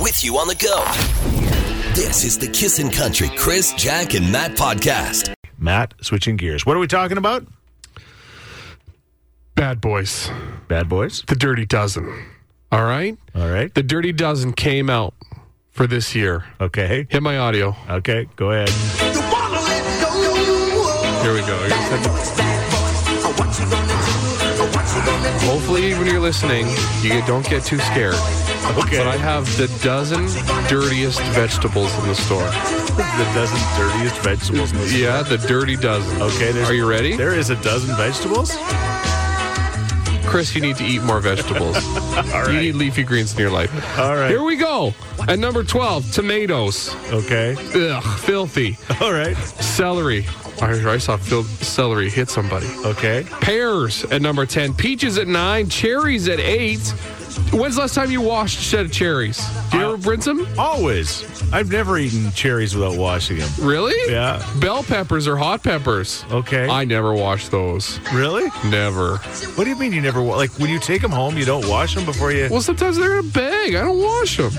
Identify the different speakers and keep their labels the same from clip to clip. Speaker 1: with you on the go. This is the Kissin' Country Chris, Jack, and Matt podcast.
Speaker 2: Matt, switching gears. What are we talking about?
Speaker 3: Bad Boys,
Speaker 2: Bad Boys.
Speaker 3: The Dirty Dozen. All right?
Speaker 2: All right.
Speaker 3: The Dirty Dozen came out for this year.
Speaker 2: Okay.
Speaker 3: Hit my audio.
Speaker 2: Okay. Go ahead.
Speaker 3: Here we go. Here's the- Hopefully, when you're listening, you get- don't get too scared.
Speaker 2: Okay.
Speaker 3: But I have the dozen dirtiest vegetables in the store.
Speaker 2: the dozen dirtiest vegetables. in the store.
Speaker 3: Yeah, the dirty dozen.
Speaker 2: Okay. There's,
Speaker 3: Are you ready?
Speaker 2: There is a dozen vegetables.
Speaker 3: Chris, you need to eat more vegetables. You need leafy greens in your life.
Speaker 2: All right.
Speaker 3: Here we go. At number 12, tomatoes.
Speaker 2: Okay.
Speaker 3: Ugh, filthy.
Speaker 2: All right.
Speaker 3: Celery. I, I saw fil- celery hit somebody.
Speaker 2: Okay.
Speaker 3: Pears at number 10, peaches at 9, cherries at 8. When's the last time you washed a set of cherries? Do you
Speaker 2: Uh,
Speaker 3: ever rinse them?
Speaker 2: Always. I've never eaten cherries without washing them.
Speaker 3: Really?
Speaker 2: Yeah.
Speaker 3: Bell peppers or hot peppers.
Speaker 2: Okay.
Speaker 3: I never wash those.
Speaker 2: really?
Speaker 3: Never.
Speaker 2: What do you mean you never wa- like when you take them home you don't wash them before you?
Speaker 3: Well, sometimes they're in a bag. I don't wash them.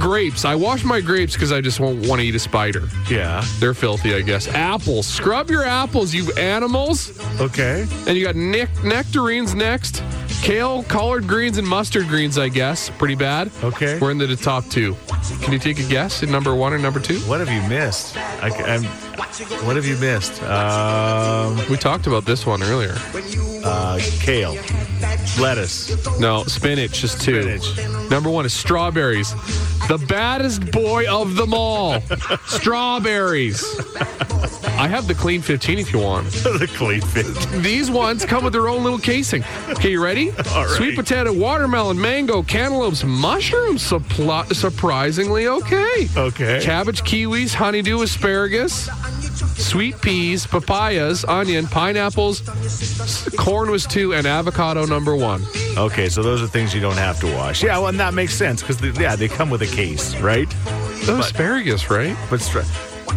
Speaker 3: Grapes. I wash my grapes because I just won't want to eat a spider.
Speaker 2: yeah.
Speaker 3: They're filthy, I guess. Apples. Scrub your apples, you animals.
Speaker 2: Okay.
Speaker 3: And you got nec- nectarines next. Kale, collard greens, and mustard greens, I guess. Pretty bad.
Speaker 2: Okay.
Speaker 3: We're into the top two. Can you take a guess at number one or number two?
Speaker 2: What have you missed? I, am What have you missed? Um,
Speaker 3: We talked about this one earlier.
Speaker 2: uh, kale, lettuce.
Speaker 3: No, spinach is two.
Speaker 2: Spinach.
Speaker 3: Number one is strawberries. The baddest boy of them all. strawberries. I have the clean 15 if you want.
Speaker 2: the clean fit.
Speaker 3: These ones come with their own little casing. Okay, you ready?
Speaker 2: All right.
Speaker 3: Sweet potato, watermelon, mango, cantaloupes, mushrooms, suppli- surprisingly okay.
Speaker 2: Okay.
Speaker 3: Cabbage, kiwis, honeydew, asparagus, sweet peas, papayas, onion, pineapples, s- corn was two, and avocado number one.
Speaker 2: Okay, so those are things you don't have to wash. Yeah, well, and that makes sense because yeah, they come with a case, right?
Speaker 3: Those asparagus, right?
Speaker 2: But stra-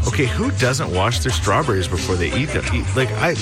Speaker 2: okay, who doesn't wash their strawberries before they eat them? Eat- Like I,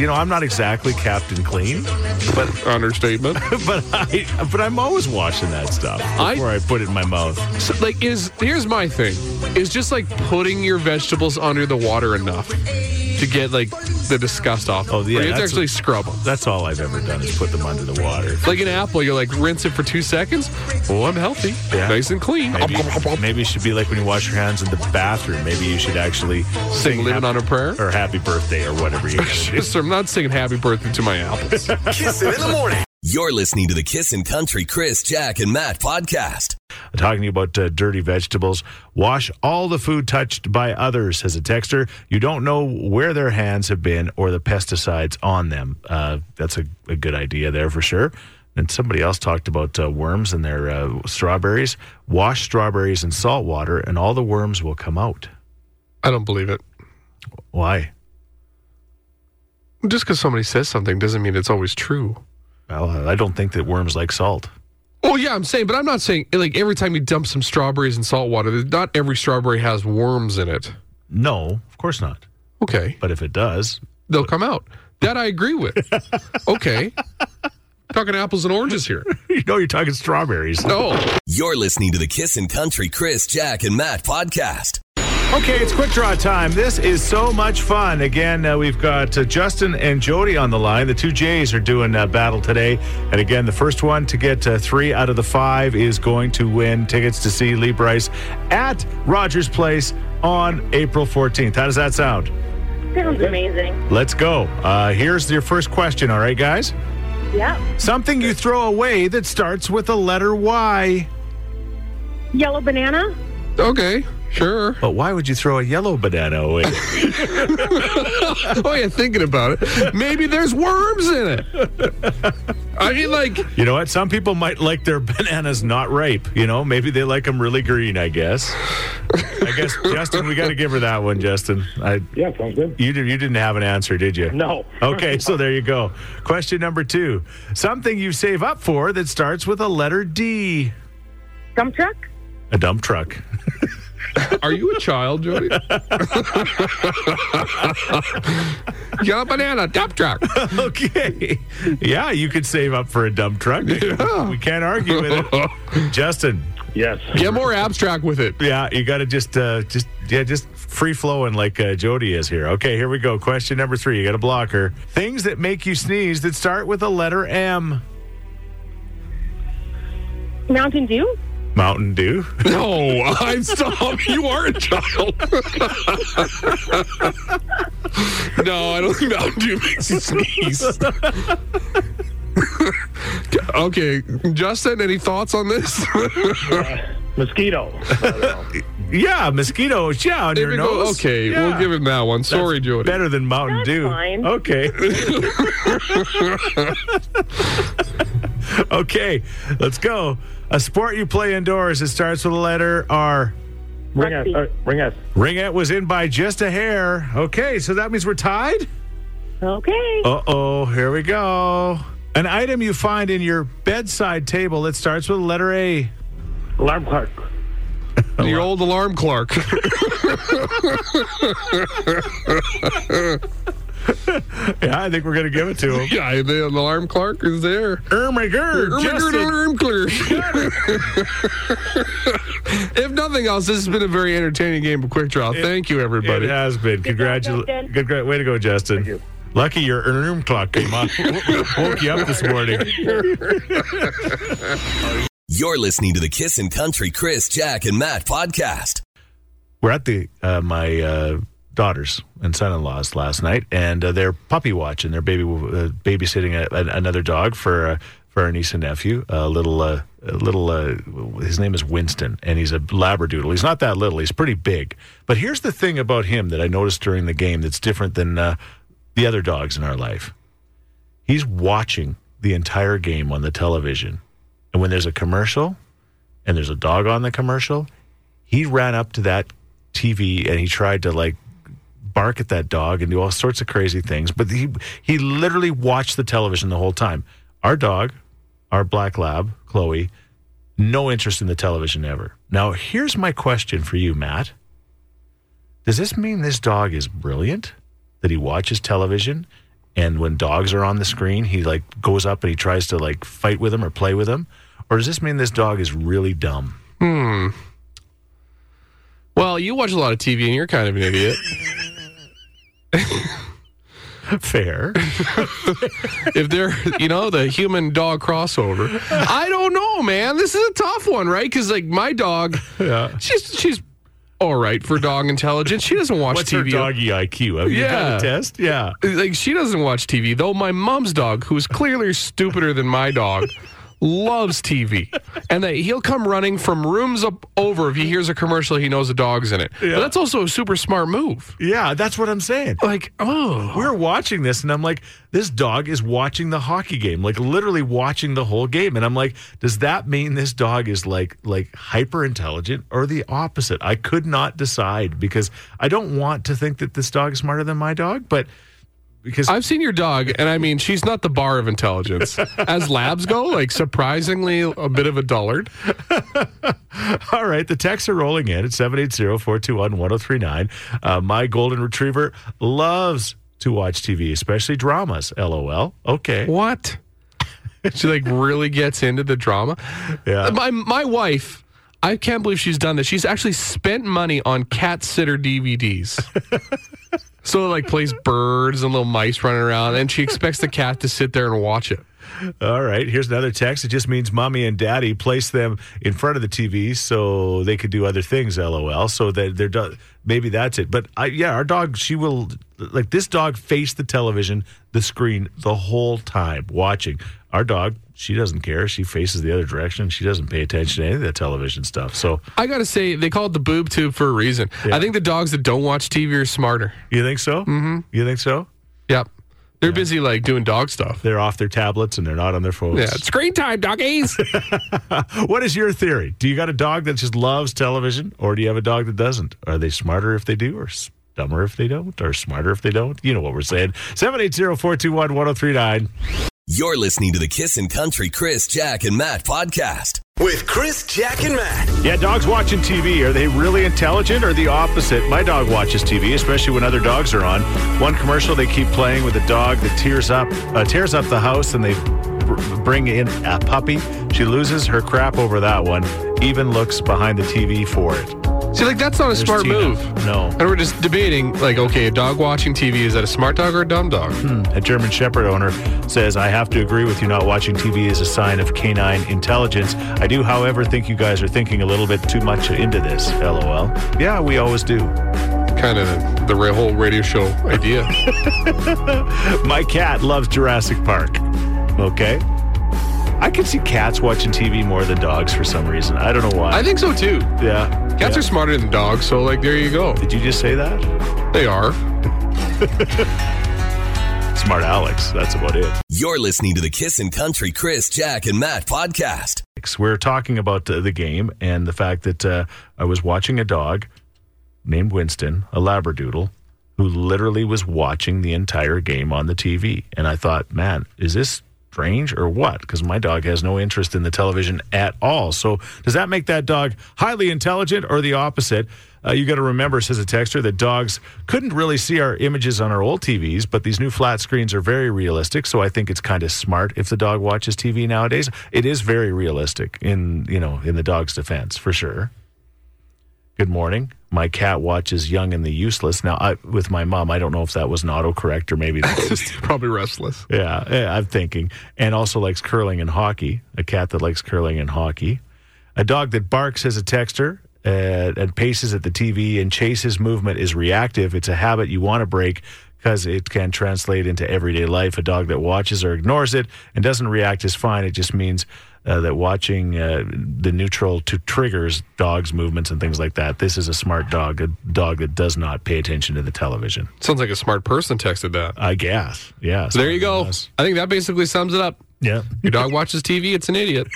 Speaker 2: you know, I'm not exactly Captain Clean, but
Speaker 3: Understatement.
Speaker 2: but I but I'm always washing that stuff
Speaker 3: I-
Speaker 2: before I, put it in my mouth.
Speaker 3: So, like, is here's my thing: is just like putting your vegetables under the water enough to get like the disgust off.
Speaker 2: Oh, yeah,
Speaker 3: Or you have to
Speaker 2: that's-
Speaker 3: actually scrub them.
Speaker 2: That's all I've ever done is put them under the water.
Speaker 3: Like an apple, you're like rinse it for two seconds. Oh, I'm healthy,
Speaker 2: Yeah.
Speaker 3: nice and clean.
Speaker 2: Maybe, maybe it should be like when you wash your hands in the bathroom. Maybe you should actually
Speaker 3: Sing "Living on a Prayer"?
Speaker 2: or Happy Birthday or whatever you gotta do.
Speaker 3: Yes, sir, I'm not singing "Happy Birthday" to my apples.
Speaker 1: Kissin' in the morning. You're listening to the Kissin' Country Chris, Jack, and Matt podcast.
Speaker 2: I'm talking to you about uh, dirty vegetables. Wash all the food touched by others, says a texter. You don't know where their hands have been or the pesticides on them. Uh, that's a, a good idea there for sure. And somebody else talked about uh, worms and their uh, strawberries. Wash strawberries in salt water, and all the worms will come out.
Speaker 3: I don't believe it.
Speaker 2: Why?
Speaker 3: Just because somebody says something doesn't mean it's always true.
Speaker 2: Well, I don't think that worms like salt.
Speaker 3: Well, yeah, I'm saying, but I'm not saying like every time you dump some strawberries in salt water, not every strawberry has worms in it.
Speaker 2: No, of course not.
Speaker 3: Okay.
Speaker 2: But if it does,
Speaker 3: they'll come out. That I agree with. Okay. Talking apples and oranges here. Oh,
Speaker 2: you know you're talking strawberries.
Speaker 3: No.
Speaker 1: You're listening to the Kissin' Country Chris, Jack, and Matt podcast.
Speaker 2: Okay, it's quick draw time. This is so much fun. Again, uh, we've got uh, Justin and Jody on the line. The two Jays are doing uh, battle today. And again, the first one to get uh, three out of the five is going to win tickets to see Lee Bryce at Rogers Place on April 14th. How does that sound?
Speaker 4: Sounds amazing.
Speaker 2: Let's go. Uh, here's your first question, all right, guys?
Speaker 4: Yeah.
Speaker 2: Something you throw away that starts with a letter Y.
Speaker 4: Yellow banana?
Speaker 3: Okay. Sure.
Speaker 2: But why would you throw a yellow banana away?
Speaker 3: Oh, yeah, thinking about it. Maybe there's worms in it. I mean, like,
Speaker 2: You know what? Some people might like their bananas not ripe. You know, maybe they like them really green. I guess. I guess Justin, we got to give her that one, Justin. I
Speaker 5: Yeah, sounds good.
Speaker 2: you did, you didn't have an answer, did you?
Speaker 5: No.
Speaker 2: Okay, so there you go. Question number two: Something you save up for that starts with a letter D.
Speaker 4: Dump truck?
Speaker 2: A dump truck.
Speaker 3: are you a child, Jody? Yellow banana, dump truck.
Speaker 2: okay. Yeah, you could save up for a dump truck. We can't argue with it. Justin,
Speaker 5: Yes.
Speaker 3: Get more abstract with it.
Speaker 2: Yeah, you got to just, uh, just, yeah, just free flowing like uh, Jody is here. Okay, here we go. Question number three. You got a blocker. Things that make you sneeze that start with the letter M.
Speaker 4: Mountain Dew?
Speaker 2: Mountain Dew.
Speaker 3: No, I'm stop. You are a child. no, I don't think Mountain Dew makes you sneeze. okay, Justin, any thoughts on this?
Speaker 5: Mosquito. I don't know.
Speaker 2: Yeah, mosquitoes. Yeah, on your
Speaker 3: Maybe go-
Speaker 2: nose.
Speaker 3: okay,
Speaker 2: Yeah.
Speaker 3: we'll give him that one. Sorry, Jody.
Speaker 2: Better than Mountain
Speaker 4: That's
Speaker 2: Dew.
Speaker 4: fine.
Speaker 2: Okay. okay, let's go. A sport you play indoors. It starts with the letter R.
Speaker 5: Ring us. uh, Ring us.
Speaker 2: Ringette was in by just a hair. Okay, so that means we're tied?
Speaker 4: Okay.
Speaker 2: Uh oh, here we go. An item you find in your bedside table that starts with the letter A.
Speaker 5: Alarm clock.
Speaker 3: Your old alarm clerk.
Speaker 2: Yeah, I think we're going to give it to him.
Speaker 3: yeah, the alarm clerk is there.
Speaker 2: Ermagerd.
Speaker 3: Erminger
Speaker 2: Justin.
Speaker 3: alarm clerk. if nothing else, this has been a very entertaining game of quick draw. Thank you, everybody.
Speaker 2: It has been.
Speaker 4: job, Justin.
Speaker 2: Congratulations. Good gra- way to go, Justin. Thank
Speaker 5: you.
Speaker 2: Lucky your alarm clock came on. woke you up this morning.
Speaker 1: You're listening to the Kissin' Country Chris, Jack, and Matt podcast.
Speaker 2: We're at the uh, my uh, daughter's and son-in-law's last night, and uh, they're puppy watching. They're baby uh, babysitting a, an another dog for uh, for our niece and nephew. A little uh, a little. Uh, his name is Winston, and he's a labradoodle. He's not that little. He's pretty big. But here's the thing about him that I noticed during the game that's different than uh, the other dogs in our life. He's watching the entire game on the television, and when there's a commercial and there's a dog on the commercial, he ran up to that TV and he tried to like bark at that dog and do all sorts of crazy things. But he he literally watched the television the whole time. Our dog, our black lab, Chloe, no interest in the television ever. Now here's my question for you, Matt. Does this mean this dog is brilliant? That he watches television and when dogs are on the screen, he like goes up and he tries to like fight with them or play with them? Or does this mean this dog is really dumb?
Speaker 3: Well, you watch a lot of TV and you're kind of an idiot.
Speaker 2: Fair.
Speaker 3: if they're, you know, the human dog crossover. I don't know, man. This is a tough one, right? Because like my dog, she's she's all right for dog intelligence. She doesn't watch
Speaker 2: What's
Speaker 3: TV.
Speaker 2: your doggy IQ? Have you done
Speaker 3: Yeah.
Speaker 2: a test? Yeah.
Speaker 3: Like she doesn't watch TV, though. My mom's dog, who's clearly stupider than my dog. Loves TV, and that he'll come running from rooms up over if he hears a commercial. He knows a dog's in it.
Speaker 2: Yeah.
Speaker 3: But that's also a super smart move.
Speaker 2: Yeah, that's what I'm saying.
Speaker 3: Like, oh,
Speaker 2: We were watching this, and I'm like, this dog is watching the hockey game, like literally watching the whole game. And I'm like, does that mean this dog is like like hyper intelligent or the opposite? I could not decide because I don't want to think that this dog is smarter than my dog, but because
Speaker 3: I've seen your dog, and I mean, she's not the bar of intelligence. As labs go, like surprisingly, a bit of a dullard.
Speaker 2: All right, the texts are rolling in at 780-421-1039. Uh, my golden retriever loves to watch TV, especially dramas. LOL. Okay.
Speaker 3: What? She like really gets into the drama.
Speaker 2: Yeah.
Speaker 3: My my wife, I can't believe she's done this. She's actually spent money on cat sitter DVDs. so it like plays birds and little mice running around, and she expects the cat to sit there and watch it.
Speaker 2: All right, here's another text. It just means mommy and daddy place them in front of the TV so they could do other things. LOL. So that they're do- maybe that's it. But I, yeah, our dog, she will like this dog faced the television, the screen the whole time watching. Our dog, she doesn't care. She faces the other direction. She doesn't pay attention to any of the television stuff. So
Speaker 3: I gotta say, they call it the boob tube for a reason. I think the dogs that don't watch TV are smarter.
Speaker 2: you think so? Mm-hmm. You think so?
Speaker 3: Yep, they're busy like doing dog stuff.
Speaker 2: They're off their tablets and they're not on their phones.
Speaker 3: Yeah, screen time, doggies.
Speaker 2: What is your theory? Do you got a dog that just loves television, or do you have a dog that doesn't? Are they smarter if they do, or s- dumber if they don't, or smarter if they don't? You know what we're saying. 780 421 1039.
Speaker 1: You're listening to the Kissin' Country Chris, Jack, and Matt podcast.
Speaker 6: With Chris, Jack, and Matt.
Speaker 2: Yeah, dogs watching TV. Are they really intelligent or the opposite? My dog watches TV, especially when other dogs are on. One commercial they keep playing with a dog that tears up, uh, tears up the house, and they br- bring in a puppy. She loses her crap over that one. even looks behind the TV for it.
Speaker 3: See, like that's not a smart
Speaker 2: Tina.
Speaker 3: move.
Speaker 2: No.
Speaker 3: And we're just debating, like, okay, a dog watching TV is that a smart dog or a dumb dog?
Speaker 2: A German Shepherd owner says, I have to agree with you, not watching TV is a sign of canine intelligence. I do, however, think you guys are thinking a little bit too much into this, lol. Yeah, we always do.
Speaker 3: Kind of the, the ra- whole radio show idea.
Speaker 2: My cat loves Jurassic Park. Okay? I can see cats watching TV more than dogs for some reason. I don't know why.
Speaker 3: I think so too.
Speaker 2: yeah.
Speaker 3: Cats
Speaker 2: yeah.
Speaker 3: are smarter than dogs, so like, there you go.
Speaker 2: Did you just say that?
Speaker 3: They are.
Speaker 2: Smart Alex. That's about it.
Speaker 1: You're listening to the Kissin' Country Chris, Jack, and Matt podcast.
Speaker 2: We're talking about uh, the game and the fact that uh, I was watching a dog named Winston, a Labradoodle, who literally was watching the entire game on the TV. And I thought, man, is this strange or what? Because my dog has no interest in the television at all. So does that make that dog highly intelligent or the opposite? Uh, you got to remember, says a texter, that dogs couldn't really see our images on our old TVs, but these new flat screens are very realistic. So I think it's kind of smart if the dog watches TV nowadays. It is very realistic in you know in the dog's defense for sure. Good morning. My cat watches Young and the Useless. Now, I, with my mom, I don't know if that was an autocorrect or maybe.
Speaker 3: Just probably restless.
Speaker 2: yeah, yeah, I'm thinking. And also likes curling and hockey. A cat that likes curling and hockey. A dog that barks as a texter uh, and paces at the TV and chases movement is reactive. It's a habit you want to break because it can translate into everyday life. A dog that watches or ignores it and doesn't react is fine. It just means uh, that watching uh, the neutral to triggers dogs' movements and things like that. This is a smart dog, a dog that does not pay attention to the television.
Speaker 3: Sounds like a smart person texted that.
Speaker 2: I guess. Yeah.
Speaker 3: So there you go.
Speaker 2: Yes.
Speaker 3: I think that basically sums it up.
Speaker 2: Yeah.
Speaker 3: Your dog watches TV, it's an idiot.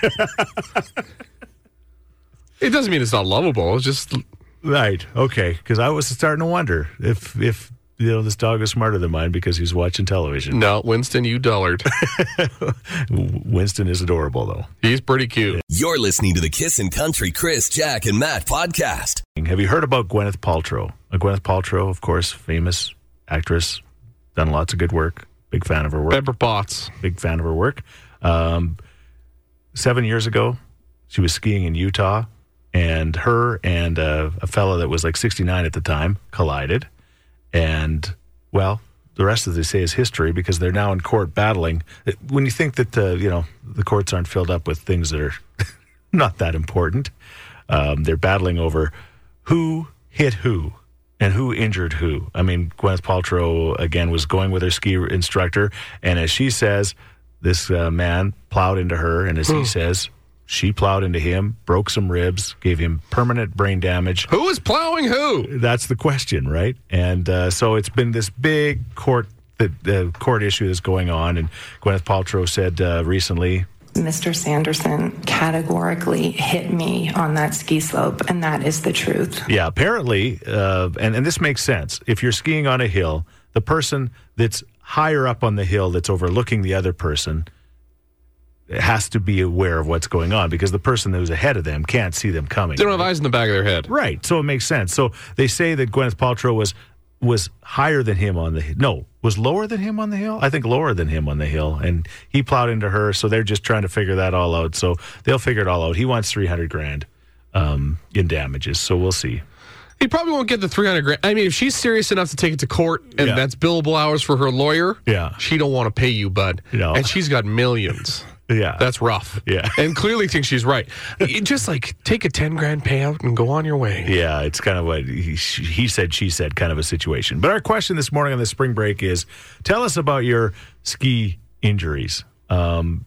Speaker 3: it doesn't mean it's not lovable. It's just
Speaker 2: Right. Okay. Because I was starting to wonder if if you know this dog is smarter than mine because he's watching television.
Speaker 3: no, Winston, you dullard.
Speaker 2: W- Winston is adorable though.
Speaker 3: He's pretty cute.
Speaker 1: You're listening to the Kissin' Country Chris, Jack, and Matt podcast.
Speaker 2: Have you heard about Gwyneth Paltrow? Uh, Gwyneth Paltrow, of course, famous actress, done lots of good work. Big fan of her work.
Speaker 3: Pepper Potts.
Speaker 2: Big fan of her work. Um, seven years ago, she was skiing in Utah, and her and uh, a fellow that was like 69 at the time collided. and well, the rest as they say is history because they're now in court battling. It- When you think that uh, you know the courts aren't filled up with things that are not that important, um, they're battling over who hit who and who injured who. I mean, Gwyneth Paltrow again was going with her ski instructor, and as she says, this uh, man plowed into her, and as he says. She plowed into him, broke some ribs, gave him permanent brain damage,
Speaker 3: Who is plowing who?
Speaker 2: that's the question, right? And uh, so it's been this big court the, the court issue that's going on. And Gwyneth Paltrow said uh, recently,
Speaker 7: Mr. Sanderson categorically hit me on that ski slope, and that is the truth.
Speaker 2: yeah, apparently, uh, and and this makes sense. If you're skiing on a hill, the person that's higher up on the hill that's overlooking the other person has to be aware of what's going on because the person who's ahead of them can't see them coming.
Speaker 3: They don't have eyes in the back of their head.
Speaker 2: Right. So it makes sense. So they say that Gwyneth Paltrow was was higher than him on the no was lower than him on the hill. I think lower than him on the hill, and he plowed into her. So they're just trying to figure that all out. So they'll figure it all out. He wants three hundred grand um, in damages. So we'll see.
Speaker 3: He probably won't get the 300 grand. I mean, if she's serious enough to take it to court and
Speaker 2: Yeah.
Speaker 3: that's billable hours for her lawyer,
Speaker 2: Yeah.
Speaker 3: she don't want to pay you, bud.
Speaker 2: No.
Speaker 3: And she's got millions.
Speaker 2: Yeah.
Speaker 3: That's rough.
Speaker 2: Yeah.
Speaker 3: And clearly thinks she's right. You Just like take a 10 grand payout and go on your way.
Speaker 2: Yeah, it's kind of what he, he said, she said kind of a situation. But our question this morning on the spring break is tell us about your ski injuries. Um,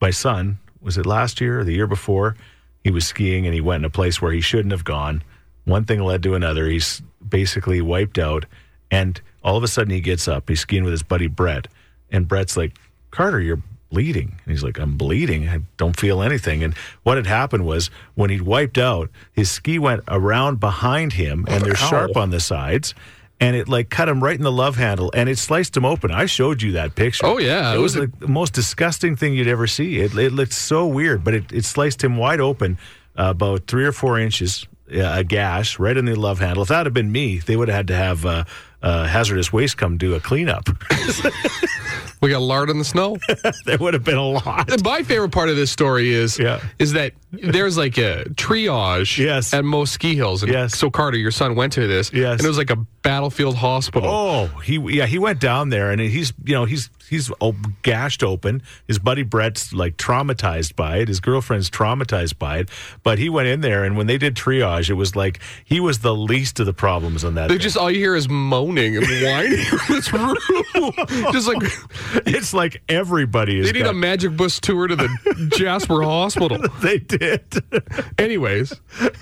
Speaker 2: my son, was it last year or the year before? He was skiing and he went in a place where he shouldn't have gone. One thing led to another. He's basically wiped out. And all of a sudden he gets up. He's skiing with his buddy Brett. And Brett's like, Carter, you're bleeding. And he's like, I'm bleeding. I don't feel anything. And what had happened was when he'd wiped out, his ski went around behind him and they're sharp on the sides. And it like cut him right in the love handle and it sliced him open. I showed you that picture.
Speaker 3: Oh, yeah.
Speaker 2: It
Speaker 3: It
Speaker 2: was
Speaker 3: was a-
Speaker 2: like the most disgusting thing you'd ever see. It, it looked so weird, but it, it sliced him wide open uh, about three or four inches yeah, a gash right in the love handle. If that had been me, they would have had to have uh, uh, hazardous waste come do a cleanup.
Speaker 3: We got lard in the snow.
Speaker 2: there would have been a lot.
Speaker 3: My favorite part of this story is
Speaker 2: Yeah.
Speaker 3: is that there's like a triage
Speaker 2: Yes.
Speaker 3: at most ski hills. And
Speaker 2: Yes.
Speaker 3: So Carter, your son went to this.
Speaker 2: Yes.
Speaker 3: And it was like a battlefield hospital.
Speaker 2: Oh, he yeah, he went down there and he's you know he's he's oh, gashed open. His buddy Brett's like traumatized by it. His girlfriend's traumatized by it. But he went in there and when they did triage, it was like he was the least of the problems on that.
Speaker 3: They
Speaker 2: thing.
Speaker 3: just all you hear is moaning and whining in this room. just like
Speaker 2: it's like everybody is.
Speaker 3: they need a magic bus tour to the Jasper Hospital.
Speaker 2: they did.
Speaker 3: Anyways,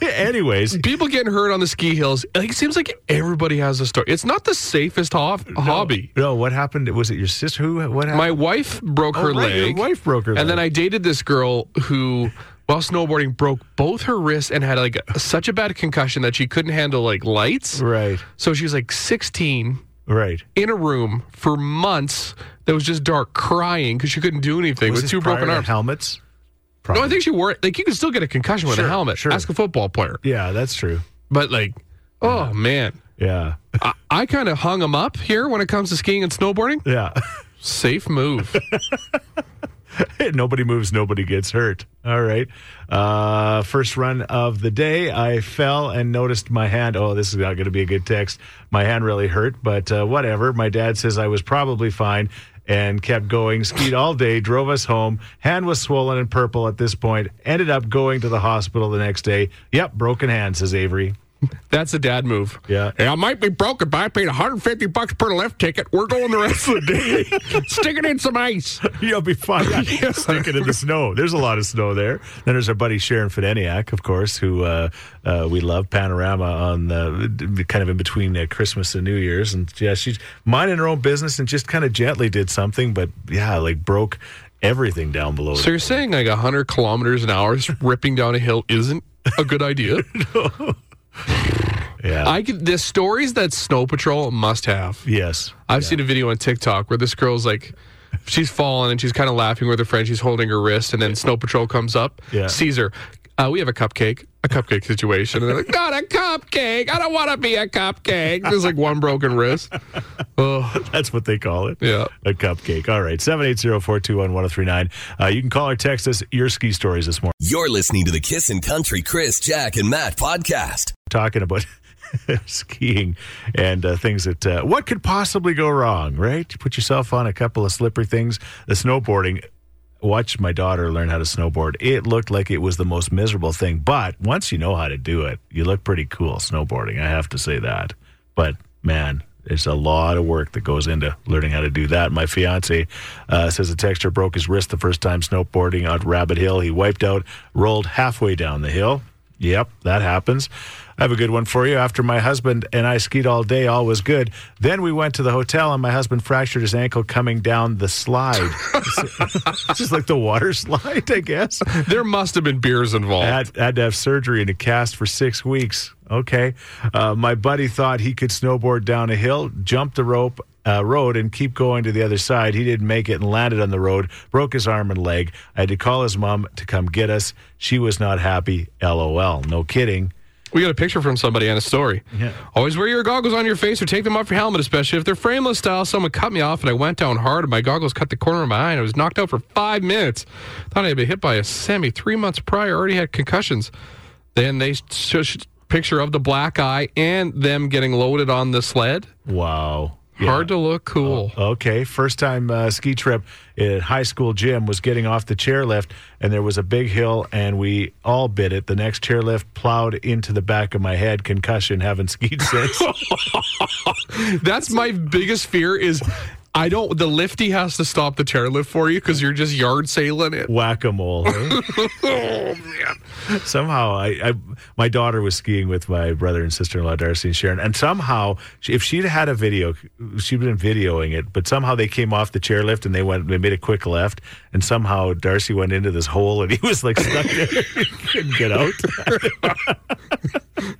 Speaker 2: Anyways,
Speaker 3: people getting hurt on the ski hills. Like, it seems like everybody has a story. It's not the safest hof- hobby.
Speaker 2: no. What happened? Was it your sister? Who? What happened?
Speaker 3: My wife broke
Speaker 2: Oh,
Speaker 3: her
Speaker 2: right, your
Speaker 3: leg.
Speaker 2: wife broke her
Speaker 3: And then
Speaker 2: leg.
Speaker 3: I dated this girl who, while snowboarding, broke both her wrists and had like such a bad concussion that she couldn't handle like lights.
Speaker 2: right,
Speaker 3: So she was like 16
Speaker 2: right.
Speaker 3: in a room for months that was just dark, crying because she couldn't do anything
Speaker 2: Was
Speaker 3: with
Speaker 2: this
Speaker 3: two
Speaker 2: prior
Speaker 3: broken
Speaker 2: to
Speaker 3: arms.
Speaker 2: helmets.
Speaker 3: No, I think she wore it. Like you can still get a concussion with
Speaker 2: Sure,
Speaker 3: a helmet.
Speaker 2: sure.
Speaker 3: Ask a football player.
Speaker 2: Yeah, that's true.
Speaker 3: But like, oh man.
Speaker 2: Yeah,
Speaker 3: I, I kind of hung him up here when it comes to skiing and snowboarding.
Speaker 2: yeah.
Speaker 3: Safe move.
Speaker 2: nobody moves, nobody gets hurt. All right. Uh, first run of the day. I fell and noticed my hand. Oh, this is not going to be a good text. My hand really hurt, but uh, whatever. My dad says I was probably fine and kept going. Skied all day, drove us home. Hand was swollen and purple at this point. Ended up going to the hospital the next day. Yep, broken hand, says Avery.
Speaker 3: That's a dad move.
Speaker 2: Yeah.
Speaker 3: I might be broken, but I paid 150 bucks per lift ticket. We're going the rest of the day. Stick it in some ice.
Speaker 2: You'll be fine. Yeah, sticking in the snow. There's a lot of snow there. Then there's our buddy Sharon Fideniak, of course, who uh, uh, we love. Panorama on the kind of in between uh, Christmas and New Year's, and yeah, she's minding her own business and just kind of gently did something, but yeah, like broke everything down below.
Speaker 3: So you're saying like 100 kilometers an hour just ripping down a hill isn't a good idea?
Speaker 2: yeah.
Speaker 3: I could, the stories that Snow Patrol must have.
Speaker 2: yes.
Speaker 3: I've seen a video on TikTok where this girl's like, she's falling and she's kind of laughing with her friend. She's holding her wrist, and then Snow Patrol comes up,
Speaker 2: Yeah.
Speaker 3: sees her. Uh, we have a cupcake, a cupcake situation. And they're like, not a cupcake. I don't want to be a cupcake. There's like one broken wrist. Oh,
Speaker 2: That's what they call it.
Speaker 3: Yeah.
Speaker 2: A cupcake. All right. 780-421-1039. Uh, you can call or text us your ski stories this morning.
Speaker 1: You're listening to the Kissin' Country Chris, Jack, and Matt podcast.
Speaker 2: Talking about skiing and uh, things that uh, what could possibly go wrong, right? You put yourself on a couple of slippery things. The snowboarding. Watch my daughter learn how to snowboard. It looked like it was the most miserable thing, but once you know how to do it, you look pretty cool snowboarding. I have to say that. But man, it's a lot of work that goes into learning how to do that. My fiance uh, says a texter broke his wrist the first time snowboarding on Rabbit Hill. He wiped out, rolled halfway down the hill. Yep, that happens. I have a good one for you. After my husband and I skied all day, all was good. Then we went to the hotel, and my husband fractured his ankle coming down the slide. it's just like the water slide, I guess.
Speaker 3: there must have been beers involved.
Speaker 2: Had, had to have surgery and a cast for six weeks. Okay. Uh, my buddy thought he could snowboard down a hill, jump the rope. Uh, road and keep going to the other side. He didn't make it and landed on the road, broke his arm and leg. I had to call his mom to come get us. She was not happy. LOL. No kidding.
Speaker 3: we got a picture from somebody and a story.
Speaker 2: Yeah.
Speaker 3: Always wear your goggles on your face or take them off your helmet, especially if they're frameless style. Someone cut me off and I went down hard and my goggles cut the corner of my eye and I was knocked out for five minutes. Thought I'd been hit by a semi three months prior, already had concussions. Then they shushed picture of the black eye and them getting loaded on the sled.
Speaker 2: Wow. Yeah.
Speaker 3: Hard to look cool.
Speaker 2: Okay, first time uh, ski trip at high school gym was getting off the chairlift, and there was a big hill, and we all bit it. The next chairlift plowed into the back of my head, concussion, haven't skied since. Oh.
Speaker 3: That's my biggest fear is I don't the lifty has to stop the chairlift for you because you're just yard sailing it.
Speaker 2: Whack a mole.
Speaker 3: Oh man.
Speaker 2: somehow, I, I my daughter was skiing with my brother and sister in law Darcy and Sharon, and somehow, she- if she'd had a video, she'd been videoing it, but somehow they came off the chairlift and they went, they made a quick left, and somehow Darcy went into this hole, and he was like stuck there, he couldn't get out.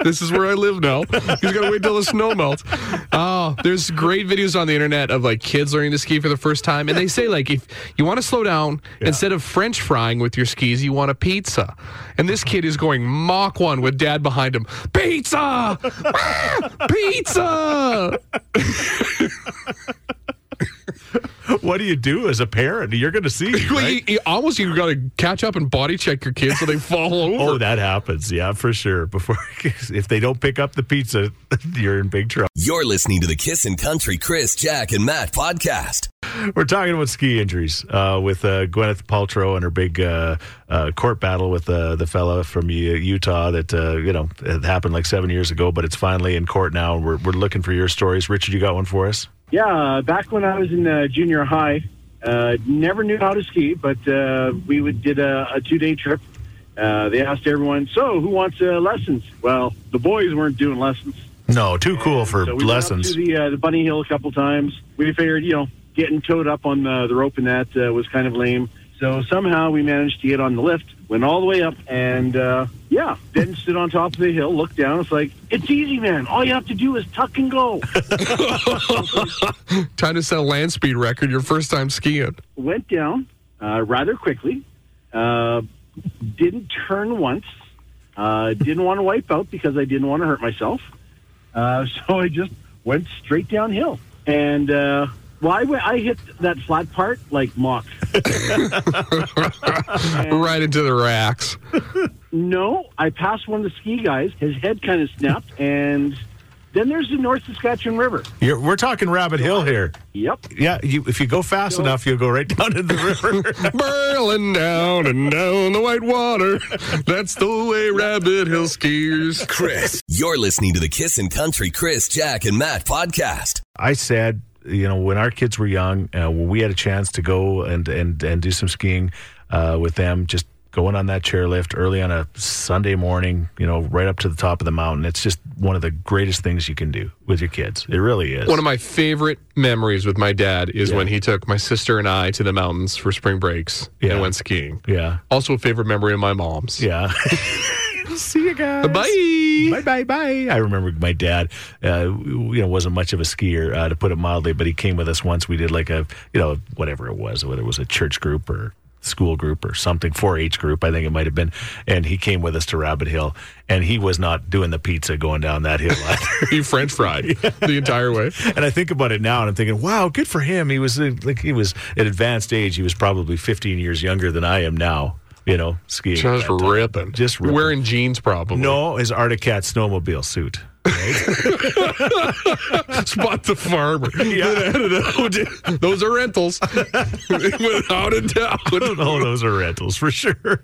Speaker 3: This is where I live now. He's got to wait till the snow melts. Oh, there's great videos on the internet of like kids learning to ski for the first time. And they say, like, if you want to slow down, instead of French frying with your skis, you want a pizza. And this kid is going Mach 1 with dad behind him. Pizza! Ah! pizza!
Speaker 2: What do you do as a parent? You're going to see.
Speaker 3: Well,
Speaker 2: right?
Speaker 3: you, you almost you got to catch up and body check your kids so they fall over.
Speaker 2: Oh, that happens. Yeah, for sure. Before, if they don't pick up the pizza, you're in big trouble.
Speaker 1: You're listening to the Kissin' Country Chris, Jack, and Matt podcast.
Speaker 2: We're talking about ski injuries uh, with uh, Gwyneth Paltrow and her big uh, uh, court battle with uh, the fella from U- Utah that uh, you know it happened like seven years ago, but it's finally in court now. We're we're looking for your stories. Richard, you got one for us?
Speaker 8: Yeah, uh, back when I was in uh, junior high, uh, never knew how to ski, but uh, we would did a, a two day trip. Uh, they asked everyone, "So, who wants uh, lessons?" Well, the boys weren't doing lessons.
Speaker 2: No, too cool for
Speaker 8: so we
Speaker 2: lessons.
Speaker 8: Went up to the, uh, the bunny hill a couple times. We figured, you know, getting towed up on the, the rope and that uh, was kind of lame. So somehow we managed to get on the lift, went all the way up, and uh, yeah, then stood on top of the hill, looked down. It's like it's easy, man. All you have to do is tuck and go.
Speaker 3: Time to set a land speed record your first time skiing.
Speaker 8: went down uh, rather quickly, uh, didn't turn once, uh, didn't want to wipe out because I didn't want to hurt myself. Uh, so I just went straight downhill. And uh, well, I, went- I hit that flat part like mock.
Speaker 3: Right into the racks.
Speaker 8: No, I passed one of the ski guys. His head kind of snapped. And then there's the North Saskatchewan River.
Speaker 2: You're, we're talking Rabbit Hill here.
Speaker 8: Yep.
Speaker 2: Yeah, you, if you go fast enough, you'll go right down to the river.
Speaker 3: Burling down and down the white water. That's the way Rabbit Hill skiers.
Speaker 1: Chris, you're listening to the Kissin' Country Chris, Jack, and Matt podcast.
Speaker 2: I said, you know, when our kids were young, uh, when we had a chance to go and and and do some skiing uh, with them, just going on that chairlift early on a Sunday morning, you know, right up to the top of the mountain. It's just one of the greatest things you can do with your kids. It really is.
Speaker 3: One of my favorite memories with my dad is when he took my sister and I to the mountains for spring breaks
Speaker 2: Yeah.
Speaker 3: and went skiing.
Speaker 2: yeah,
Speaker 3: Also, a favorite memory of my mom's.
Speaker 2: yeah. See you guys.
Speaker 3: Bye.
Speaker 2: Bye bye bye. I remember my dad, uh, you know, wasn't much of a skier uh, to put it mildly, but he came with us once. We did like a, you know, whatever it was, whether it was a church group or school group or something, 4-H group, I think it might have been. And he came with us to Rabbit Hill, and he was not doing the pizza going down that hill either.
Speaker 3: He French fried the entire way.
Speaker 2: and I think about it now, and I'm thinking, wow, good for him. He was uh, like he was at advanced age. He was probably 15 years younger than I am now. You know, skiing. at
Speaker 3: Just
Speaker 2: that time.
Speaker 3: ripping.
Speaker 2: Just ripping.
Speaker 3: wearing jeans, probably.
Speaker 2: no, his Arctic Cat snowmobile suit.
Speaker 3: Spot the farmer. Yeah. Those are rentals. Without a doubt.
Speaker 2: oh, those are rentals for sure.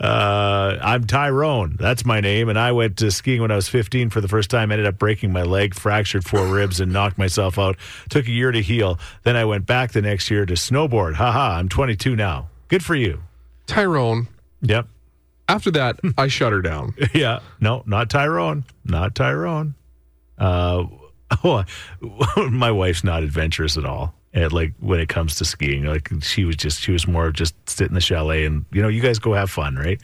Speaker 2: Uh, I'm Tyrone. That's my name. And I went to skiing when I was 15 for the first time. Ended up breaking my leg, fractured four ribs, and knocked myself out. Took a year to heal. Then I went back the next year to snowboard. Haha, I'm 22 now. Good for you.
Speaker 3: Tyrone.
Speaker 2: Yep.
Speaker 3: After that, I shut her down.
Speaker 2: Yeah. No, not Tyrone. Not Tyrone. Uh, oh, my wife's not adventurous at all. At like when it comes to skiing, like she was just she was more of just sit in the chalet and you know you guys go have fun, right?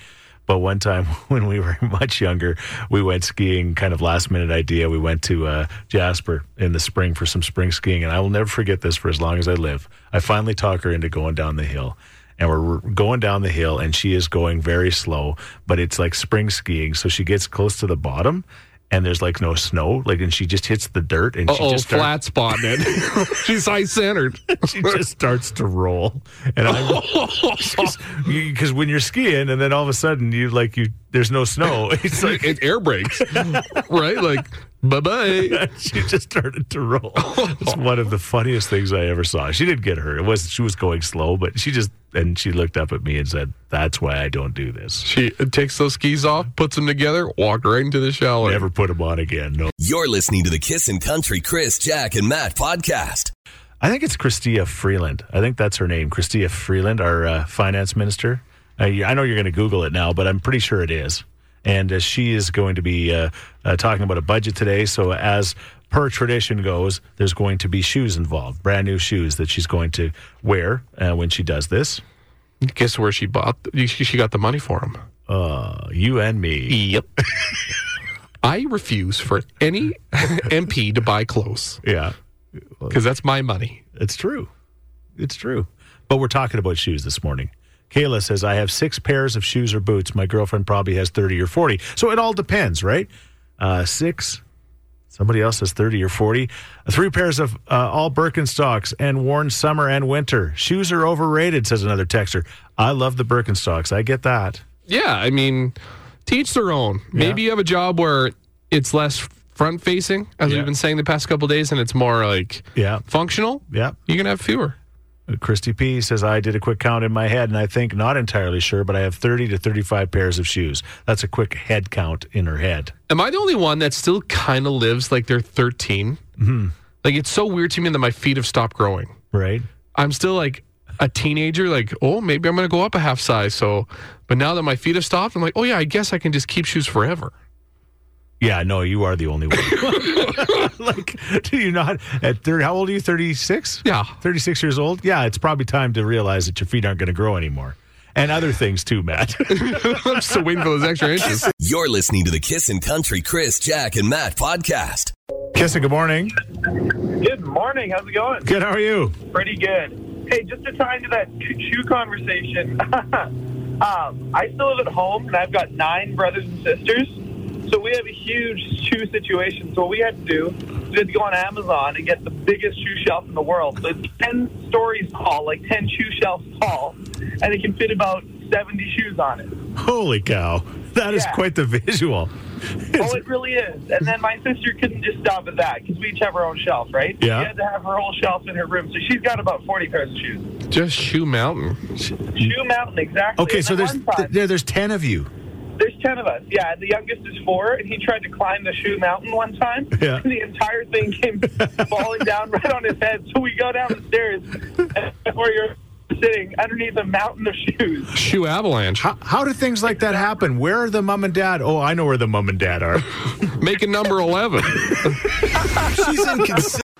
Speaker 2: But one time when we were much younger, we went skiing, kind of last minute idea. We went to uh, Jasper in the spring for some spring skiing, and I will never forget this for as long as I live. I finally talk her into going down the hill, and we're going down the hill and she is going very slow but it's like spring skiing so she gets close to the bottom and there's like no snow like and she just hits the dirt and she
Speaker 3: Uh-oh,
Speaker 2: just starts,
Speaker 3: flat spotting it. She's high centered.
Speaker 2: she just starts to roll and i'm because when you're skiing and then all of a sudden you like you there's no snow it's like
Speaker 3: it air brakes, right? Like, bye bye.
Speaker 2: she just started to roll it's one of the funniest things i ever saw she didn't get hurt it was she was going slow but she just and she looked up at me and said that's why i don't do this
Speaker 3: She takes those skis off, puts them together, walked right into the shower.
Speaker 2: never put them on again no
Speaker 1: You're listening to the Kissin' Country Chris, Jack, and Matt podcast.
Speaker 2: I think it's Christia Freeland. I think that's her name, Christia Freeland, our uh, finance minister. Uh, you- I know you're going to Google it now, but I'm pretty sure it is. And uh, she is going to be uh, uh, talking about a budget today. So, as per tradition goes, there's going to be shoes involved, brand new shoes that she's going to wear uh, when she does this.
Speaker 3: Guess where she bought? She she got the money for them.
Speaker 2: Uh, you and me.
Speaker 3: Yep. I refuse for any MP to buy clothes
Speaker 2: Yeah,
Speaker 3: because that's my money.
Speaker 2: it's true. It's true. But we're talking about shoes this morning. Kayla says, I have six pairs of shoes or boots. My girlfriend probably has 30 or 40. So it all depends, right? Uh, six. Somebody else has 30 or 40. Three pairs of uh, all Birkenstocks and worn summer and winter. Shoes are overrated, says another texter. I love the Birkenstocks. I get that.
Speaker 3: Yeah, I mean, teach their own. Maybe you have a job where it's less front facing, as
Speaker 2: Yeah.
Speaker 3: we've been saying the past couple days, and it's more like
Speaker 2: Yeah.
Speaker 3: functional.
Speaker 2: Yeah.
Speaker 3: You can have fewer.
Speaker 2: Christy P says, I did a quick count in my head, and I think not entirely sure, but I have 30 to 35 pairs of shoes. That's a quick head count in her head.
Speaker 3: Am I the only one that still kind of lives like they're 13? Like it's so weird to me that my feet have stopped growing.
Speaker 2: Right?
Speaker 3: I'm still like a teenager, like, oh, maybe I'm going to go up a half size. So, but now that my feet have stopped, I'm like, oh, yeah, I guess I can just keep shoes forever.
Speaker 2: Yeah, no, you are the only one. like, do you not? At 30, how old are you? 36?
Speaker 3: Yeah.
Speaker 2: 36 years old? Yeah, it's probably time to realize that your feet aren't going to grow anymore. And other things too, Matt.
Speaker 3: I'm still waiting for those extra inches.
Speaker 1: You're listening to the Kissin' Country Chris, Jack, and Matt podcast.
Speaker 2: Kissing, good morning.
Speaker 9: Good morning. How's it going?
Speaker 2: Good, how are you?
Speaker 9: Pretty good. Hey, just to tie into that c- shoe conversation, um, I still live at home and I've got nine brothers and sisters. So we have a huge shoe situation. So what we had to do is we had to go on Amazon and get the biggest shoe shelf in the world. So it's 10 stories tall, like 10 shoe shelves tall, and it can fit about 70 shoes on it.
Speaker 2: Holy cow. That is
Speaker 9: Yeah.
Speaker 2: quite the visual.
Speaker 9: Oh, it really is. And then my sister couldn't just stop at that because we each have our own shelf, right?
Speaker 2: Yeah.
Speaker 9: She had to have her whole shelf in her room. So she's got about 40 pairs of shoes.
Speaker 3: Just shoe mountain.
Speaker 9: Shoe Mountain, exactly.
Speaker 2: Okay,
Speaker 9: And
Speaker 2: so
Speaker 9: then
Speaker 2: there's
Speaker 9: one time-
Speaker 2: th- there- there's 10 of you.
Speaker 9: there's ten of us. Yeah, the youngest is four, and he tried to climb the Shoe Mountain one time.
Speaker 2: Yeah.
Speaker 9: the entire thing came falling down right on his head. So we go down the stairs, and where you're sitting underneath a mountain of shoes.
Speaker 3: Shoe avalanche.
Speaker 2: How, how do things like that happen? Where are the mom and dad? Oh, I know where the mom and dad are.
Speaker 3: Make it number 11.
Speaker 2: She's inconsistent.